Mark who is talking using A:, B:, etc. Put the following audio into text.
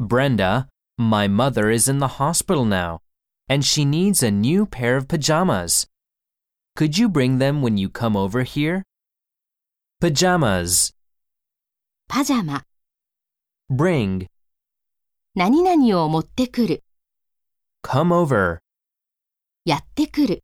A: Brenda, my mother is in the hospital now, and she needs a new pair of pajamas. Could you bring them when you come over here? Pajamas,
B: パジャマ、
A: bring,
B: 何々を持ってくる、
A: come over.
B: やってくる。